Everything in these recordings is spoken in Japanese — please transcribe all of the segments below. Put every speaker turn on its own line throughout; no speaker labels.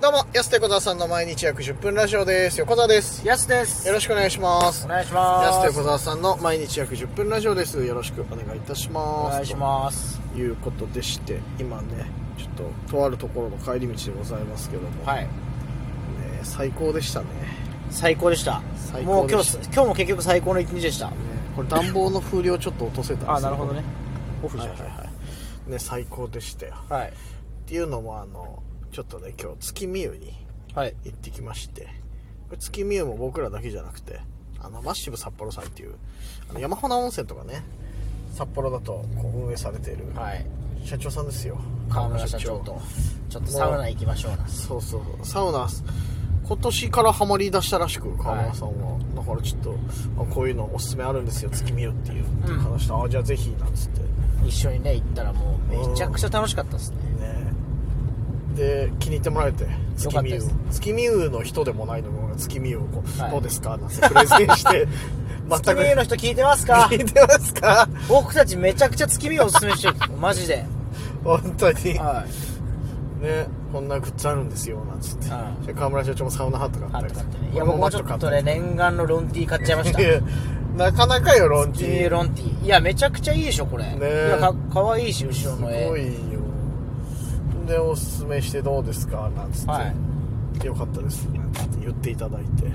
どうも、安手小沢さんの毎日約10分ラジオです。横澤です。
やすです
よろしくお願いします
お。願いします
安手小沢さんの毎日約10分ラジオです。よろしくお願いいたし
お
ます。
願いします
ということでして、今ね、ちょっと、とあるところの帰り道でございますけども、
はい
ね、最高でしたね。
最高でした
最
も
高
う
で
今
した
日今日も結局最高の一日でした
ねこれ暖房の風量ちょっと落とせたんですよ
あなるほどね。
オフじゃない。
はいはいは
ね、最高でしたよ。
はい
っていうのも、あの、ちょっとね、今日、月見湯に
はい
行ってきましてこれ月見湯も僕らだけじゃなくてあのマッシブ札幌さんっていうあの山花温泉とかね札幌だとこう運営されている
はい
社長さんですよ
河村社長とちょっとサウナ行きましょうな
そうそうそうサウナ今年からハマり出したらしく川村さんは、だからちょっとあこういうのおすすめあるんですよ月見湯っていうって
うん
話して、あじゃあぜひなんつって
一緒にね行ったらもうめちゃくちゃ楽しかったですね
ねで気に入ってもらえて月見湯
よかった
月見湯の人でもないのに月見湯をこう、
はい
どうですかなんてプレゼンして
月
全く
見湯の人聞いてます か
聞いてますか
僕たちめちゃくちゃ月見湯おすすめしてるマジで
本当に
は
ねこんなグッズあるんですよなんつって、
は
で河村社長もサウナハット買
い
った
あ
り
とかってねいや
俺
僕もちょ
マッ
っ
ト
と
買
ね
ったり
念願のロンティー買っちゃいました
いやなかなかよロンテ
月見
ィ
湯ロンティーいやめちゃくちゃいいでしょこれ
ね
いやかかわいいし後ろ
す
の絵
ごいよでおすすめしてどうですかなんつって、
はい
よかったですなんつって言っていただいて、い
うん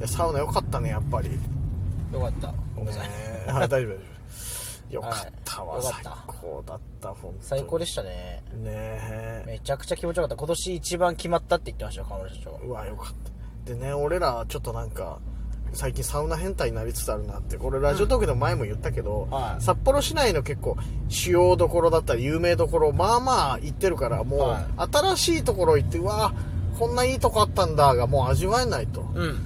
やサウナよかったねやっぱり
よかったごめんなさい
ねえはい、大丈夫大丈夫よかったわ、
はいよかっ
最
た
高だった本当に
最高でしたね
ねえ
めちゃくちゃ気持ちよかった今年一番決まったって言ってましたよ河村社長
うわよかったでね俺らちょっとなんか最近サウナ変態になりつつあるなってこれラジオトークでも前も言ったけど、
はい
札幌市内の結構主要どころだったり有名どころまあまあ行ってるからもう、
は
新しいところ行ってうわこんないいとこあったんだがもう味わえないと
うん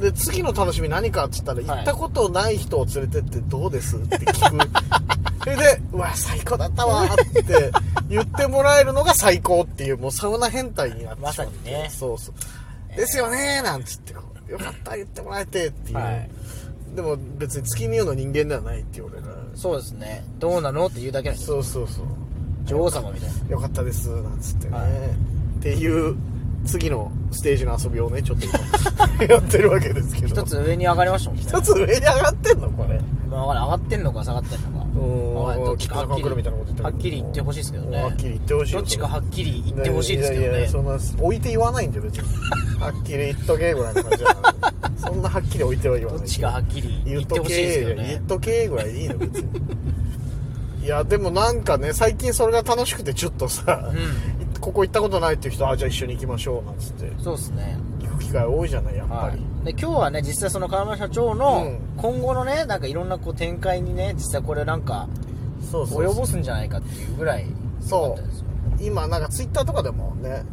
で次の楽しみ何かっつったら、
い
行ったことない人を連れてってどうですって聞く それで「うわ最高だったわ」って言ってもらえるのが最高っていうもうサウナ変態になって
まさ
っ
に
て
ね
そうそう、ですよねーなんつってこうよかった言ってもらえてっていう、
はい
でも別に月見よの人間ではないって俺が
そうですねどうなのって言うだけなんですよ
そうそうそう
女王様みたいな
よかったですなんつってね、
はい
っていう次のステージの遊びをねちょっと今 やってるわけですけど
一つ上に上がりましたもんね
一つ上に上がってんのこれ
まあ分からん上がってんのか下がってんのか
うん
わかんないどっちか
北中
はっき
黒み
り
たいなこと言ってる
はっきり言ってほしいですけどね
はっきり言ってほしいよ
どっちかはっきり言ってほしいですけどね
ややそんな置いて言わないんで別にはっきり言っとけぐらいの感じだからそんなはっきり置いては言わ
ど
ない
っちかはっきり
言
言
っ
っ
と
て
け
ほしいですけど
言っ
ね
とけぐらいでいいの別にいやでもなんかね最近それが楽しくてちょっとさ、ここ行ったことないっていう人あじゃあ一緒に行きましょうなんつって
そうですね
行く機会多いじゃないやっぱ
は
り、
い、で今日はね実際その川村社長の
うん
今後のねなんかいろんなこう展開にね実際これなんか
そうそうそう
及ぼすんじゃないかっていうぐらい
そう
良かったですよ
今なんかツイッターとかでもね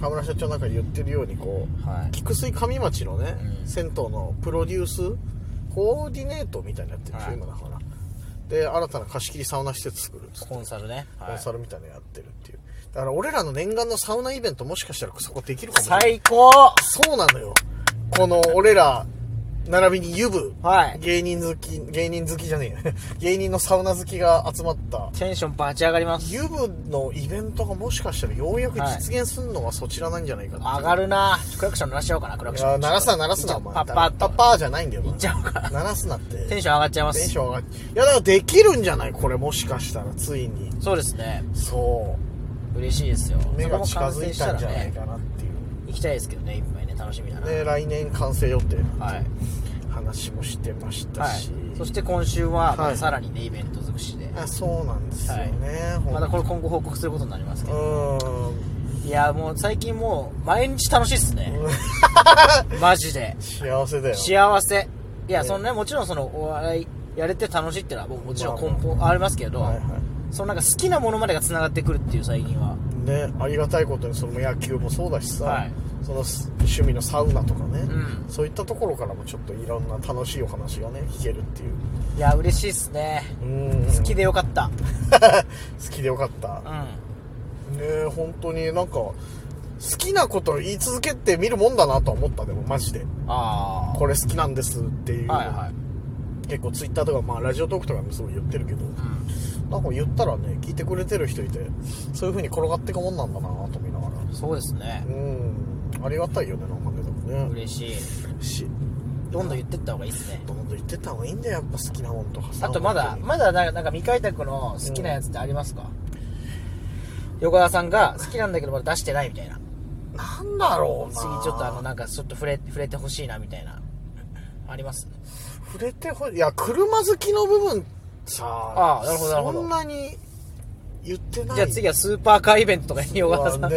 河村社長なんか言ってるようにこう、
はい
菊水上町のね、
うん
銭湯のプロデュースコーディネートみたいになってるんですよ、
はい
今だからで新たな貸し切りサウナ施設作るっつって
コンサルね、はい
コンサルみたいなのやってるっていうだから俺らの念願のサウナイベントもしかしたらそこできるかもしれない
最高
そうなのよこの俺ら並びにユブ、
はい
芸人好き芸人好きじゃねえや 芸人のサウナ好きが集まった
テンションバチ上がります
ユブのイベントがもしかしたらようやく実現するのはそちらなんじゃないかっていう
上がるなクラクション鳴らしちゃおうかなクラク
い
ショ
や
ン
鳴らすな鳴らすなお前
パッパッ
パ
と
ッパーじゃないんだよお前
いっちゃおうか
鳴らすなって
テ
テ
ンション上がっちゃいま
ン
す
ション上がっいやだからできるんじゃないこれもしかしたらついに
そうですね
そ
嬉しいですよ
う目が近
それ
づ
も完成
い
した
たん
ら
じゃない
ね
かなっていう
行きたいですけどねいっぱいね楽しみだな、
で来年完成予定なん
はい
て話もしてました
はい
し、
そして今週はま
はい
たさらにね、イベント尽くしで
あそうなんですよね、ほん
またこれ今後報告することになりますけ
う
ど、
ーん
いやもう最近もう毎日楽しい っすねマジで
幸せだよ
幸せいや、
ね
そのねもちろんそのお笑いやれて楽しいってのは僕もちろ
ま
ん
あ
根
まあ
本ありますけど、
はいはい
そのなんか好きなものまでがつながってくるっていう最近は
ね、ありがたいことにその野球もそうだしさ、
はい
そのす趣味のサウナとかね、
ん
そういったところからもちょっといろんな楽しいお話がね聞けるっていう
いや嬉しいっすね
うん
好きでよかった
好きでよかった
う
ね
ん
え本当になんか好きなことを言い続けてみるもんだなとは思ったでもマジで
ああ
これ好きなんですっていう、
はいはい
結構ツイッターとか、まあ、ラジオトークとかもすごい言ってるけど、
うん
なんか言ったらね、聞いてくれてる人いて、そういう風に転がっていくもんなんだなと思いながら。
そうですね
う、ん。ありがたいよね、なんかね、でもね。
嬉しい
し、
どんどん言ってった方がいいですね
どんどん言ってった方がいいんだよ、やっぱ好きなもんとかさ。
あとまだ
本当に
まだなんかなんか未開拓の好きなやつってありますか、横川さんが好きなんだけどまだ出してないみたいな
なんだろうな
次ちょっとあのなんかちょっと触れ触れてほしいなみたいなあります
触れてほいや車好きの部分さ
あーなるほどなるほど
そんなに言ってない
じゃあ次はスーパーカーイベントとかに横川さん、
ね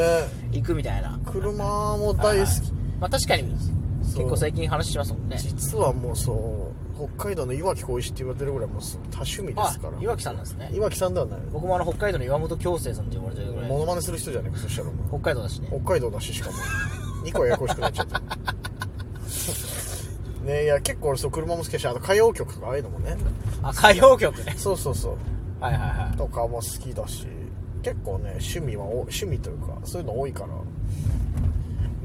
行くみたいな
車も大好き、
まあ確かに結
そう
構最近話しますもんね
実はもうそう北海道の岩城浩一って言われてるぐらいもう多趣味で
あ
すから
岩木さんなんですね
岩城さんではない
僕もあの北海道の岩本京成さんって呼ばれてるぐらい
モノマネする人じゃねえかそしたらも
北海道だしね
う北海道だししかも2個ややこしくなっちゃったねいや結構俺そう車も好きだしあと歌謡曲とかああいうのもね
あ歌謡曲ね
そうそうそう
はいはいはい
とかも好きだし結構ね趣味はお趣味というかそういうの多いから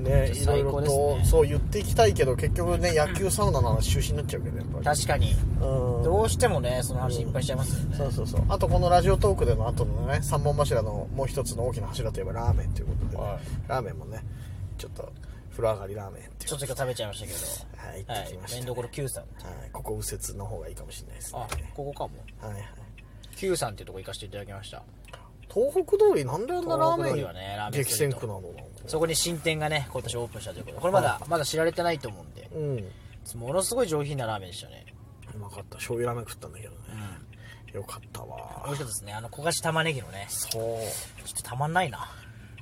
ねいろい
最
ろ
高
と
ですね
そう言っていきたいけど結局ね野球サウナの話中止になっちゃうけどやっぱり
確かに
うん
どうしてもねその話いっぱいしちゃいますよね
そうそうそうあとこのラジオトークでの後のね三本柱のもう一つの大きな柱といえばラーメンということで、ね
はい
ラーメンもねちょっと風呂上がりラーメンっていう
ちょっと今日食べちゃいましたけど
はい行ってきましたね
はい、麺どころ Q さん
はい、ここ右折の方がいいかもしれないですね
あここかも
はいはい
Q さんっていうとこ行かせていただきました
東北通りなんであんなラー
東北通り
メ
は
ン、
ねラーメン
激戦区なのなんか
そこに新店がね今年オープンしたということでこれまだ、まだ知られてないと思うんで
うん
ものすごい上品なラーメンでしたね
うまかった醤油ラーメン食ったんだけどね、よかったわ
もう一つですねあの焦がし玉ねぎのね
そう
ちょっとたまんないな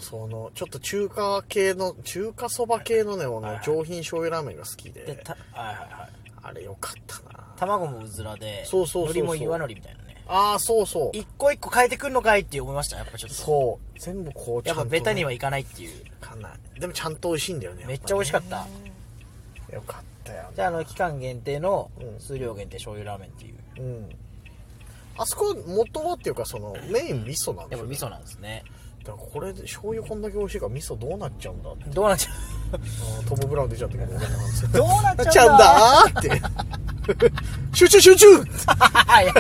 そのちょっと中華系の中華そば系のねあの上品醤油ラーメンが好き
で
で
たはいはいはい
あれよかったな
卵もうずらで
そうそうそうそう
海苔も岩のりみたいなね
ああそうそう
一個一個変えてくんのかいって思いましたやっぱちょっと
そう全部こう
やっぱベタに
は
はいかないっていう
かんないでもちゃんと美味しいんだよね
めっちゃ美味しかった
たよかったよ
じゃああの期間限定の
うん
数量限定醤油ラーメンっていう
うんあそこ元はっていうかそのメイン味噌なんです
やっ
よ
ぱ味噌なんですね
だからこれで醤油こんだけ美味しいから味噌どうなっちゃうんだって
どうなっちゃ
あートム・ブラウン出ちゃったけど俺の話
うどうなっ
なっ
ち
ちゃ
ゃうんだ
うんだ ーって。集中集中
はいや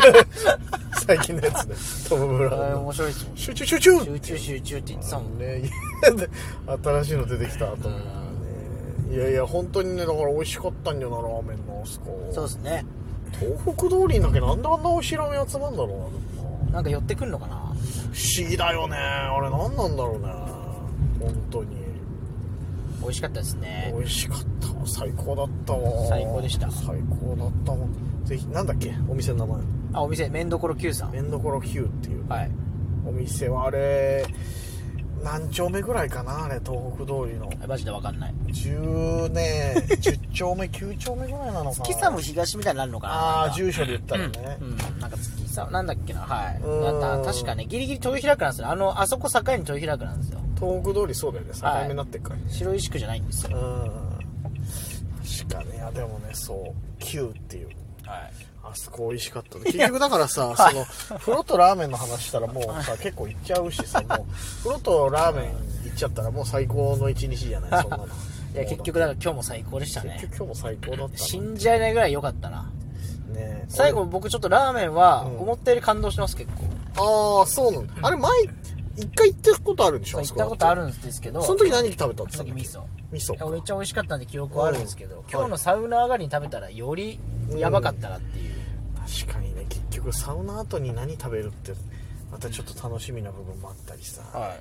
最近のやつね。トム・ブラウンの。
面白いですもん
集中集中
集中集中って言ってたもん
ね、 新しいの出てきたと思うね。いやいや、本当にね、だから美味しかったんよな、ラーメンのあそこ。
そうですね
東北通りにだけなんであんな美味しいラーメン集まんだろうなでもな、
なんか寄ってくんのかな
不思議だよね。あれなんなんだろうね。本当に。
美味しかったですね
美味しかったわ。最高だったわ。
最高でした
最高だったわ。ぜひ、なんだっけお店の名前。
あお店麺どころ Q さん
麺どころ Q っていう
はい
お店はあれ何丁目ぐらいかなあれ東北通りの
マジでわかんない
10ね 10丁目9丁目ぐらいなのかな
月さも東みたいになるのかな
ああ
なんか
住所で言ったらね、
うんなんか月さなんだっけなはい
うん
なんか確かねギリギリ豊平区なんですよあのあそこ境に豊平区なんですよ
東北通りそうだよね境
はい
目になってっから、
白石区じゃないんですよ
うん確かねいやでもねそう Q っていう
はい
あそこ美味しかったね結局だからさその風呂とラーメンの話したらもうさ結構行っちゃうしさもう風呂とラーメン行っちゃったらもう最高の一日じゃないそんなの
いや結局だから今日も最高でした
結
ね
局今日も最高だったな
信じられないぐらい良かったな
ね
最後僕ちょっとラーメンは
うん
思ったより感動してます結構
ああそうなんだあれ前一回行ったことあるんでしょ
そう行ったことあ
る
るんですけど
その時何食べたって
その時味噌
味噌
いや
か
めっちゃ美味しかったんで記憶はあるんですけ
う
ど
ん
今日のサウナ上がりに食べたらよりやばかったなっていう
確かにね結局サウナ後に何食べるってまたちょっと楽しみな部分もあったりさ、
は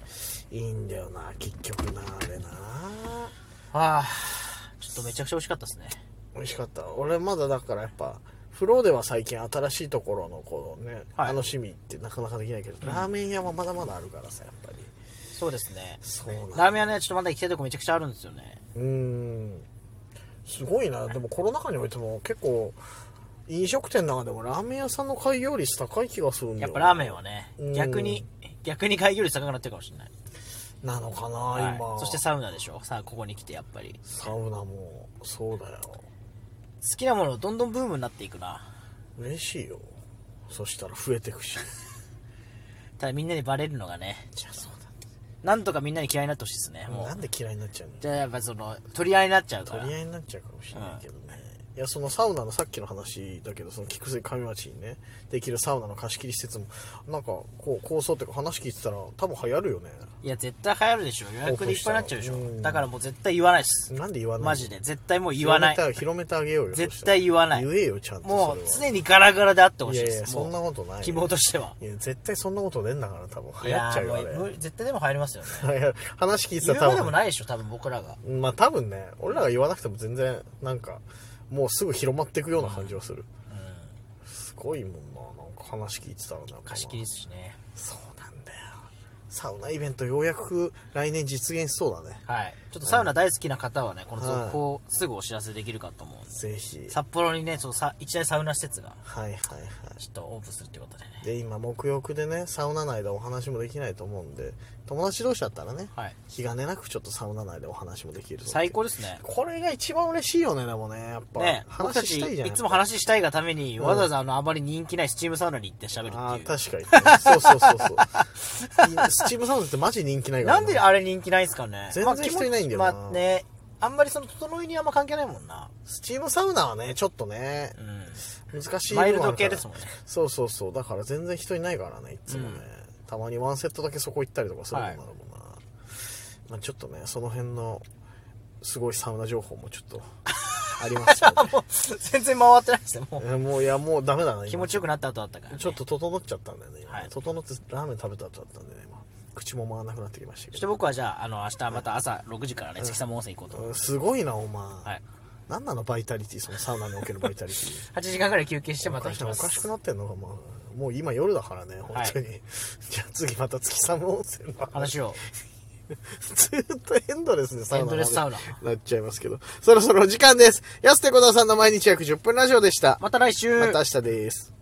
い
い、いんだよな結局なあれな
ああちょっとめちゃくちゃ美味しかったですね
美味しかった俺まだだからやっぱ風呂では最近新しいところのこのね、
はい
楽しみってなかなかできないけど、ラーメン屋はまだまだあるからさやっぱり
そうですね
そうなんだ
ラーメン屋ねちょっとまだ行きたいとこめちゃくちゃあるんですよね
うーんすごいなでもコロナ禍においても結構飲食店の中でもラーメン屋さんの開業率高い気がするんだよ
やっぱラーメンはね
うん
逆に逆に開業率高くなってるかもしれない
なのかな、
はい
今
そしてサウナでしょさあここに来てやっぱり
サウナもそうだよ
好きなものどんどんブームになっていくな
嬉しいよそしたら増えてく した
だみんなにバレるのがね
じゃあそう
なんとかみんなに嫌いになってほしいですね
だ
も
なん
う
で嫌いになっちゃうの
じゃあやっぱその取り合いになっちゃうから
取り合いになっちゃうかもしれないけどね、いや、そのサウナのさっきの話だけど、その菊水上町にね、できるサウナの貸し切り施設も、なんか、こう、構想っていうか話聞いてたら、多分流行るよね。
いや絶対流行るでしょ予約でいっぱいになっちゃうでし
オープンしたらう
ょ
ん
だからもう絶対言わないです
なんで言わないの
マジで絶対もう言わない
広めて広めてあげようよ。
絶対言わない
言えよ、ちゃんとそれは。
もう常にガラガラであってほ
い
しい
や
で
い
す
や、そんな
も
ことないよ。
う希望としてはい
や、絶対そんなことねえんだから、多分流行っちゃうよ、
いやも
あ
う絶対でも流行りますよね
れ。流行る 話聞いてた
言う
ら
ま
多
でも
分。
ないでしょ多分僕らが
まあ多分ね、俺らが言わなくても全然、なんか、もうすぐ広まっていくような感じはする。すごいもんな、なんか話聞いてたらなんかな。
貸し切りですしね
そうなんだよ。サウナイベントようやく来年実現しそうだね。
はいちょっとサウナ大好きな方はねこの続報をすぐお知らせできるかと思うんで
ぜひ。
札幌にねそのさ一大サウナ施設が
はいはいは
ちょっとオープンするってことでね
い。で、今、沐浴でね、サウナ内でお話もできないと思うんで、友達同士だったらね、
はい
気兼ねなくちょっとサウナ内でお話もできるぞ
最高ですね
これが一番嬉しいよね、でもね、やっぱ。
ね僕た
話
ち
したいじゃん。
いつも話したいがために、わざわざあのあまり人気ないスチームサウナに行って喋る
ああ、
っていう
確かに。そうそうそうそう。い やスチームサウナってマジ人気ないから
なんであれ人気ないんすかね
全然
まあ気持ち
人いないんだよな
まあねあんまりその整いにあんま関係ないもんな
スチームサウナはね、ちょっとね
う、ん
難しい部分
マ
あ
イ
る
ル
から
ド系ですもんね
そうそうそう。だから全然人いないからね、いつもね。たまにワンセットだけそこ行ったりとかするもんなるもんな。まあちょっとね、その辺の、すごいサウナ情報もちょっ と、ありますよ、ね
全然回ってないですねもう
えー。もう、いや、もうダメだな、今
気持ちよくなった後だったから、ね、
ちょっと整っちゃったんだよね、今ね
はい
整ってラーメン食べた後だったんでね、今。口も回らなくなってきました
そ
け
して
ど。
僕はじゃああの明日また朝6時からね月様温泉行こうと、
うんすごいな、お前。
はい
なんなの、バイタリティ、そのサウナにおけるバイタリティ。
8時間ぐらい休憩 してま
お
た
か
行
し
き
なお
ま
かしく
す
なってんのか、まあ、もう今夜だからね本当に、 じゃあ次また月寒温泉の話
話を
ずーっとエンドレスでサウナ
エンドレスサウナ
なっちゃいますけどそろそろお時間です安手小田さんの毎日約10分ラジオでした
また来週
また明日です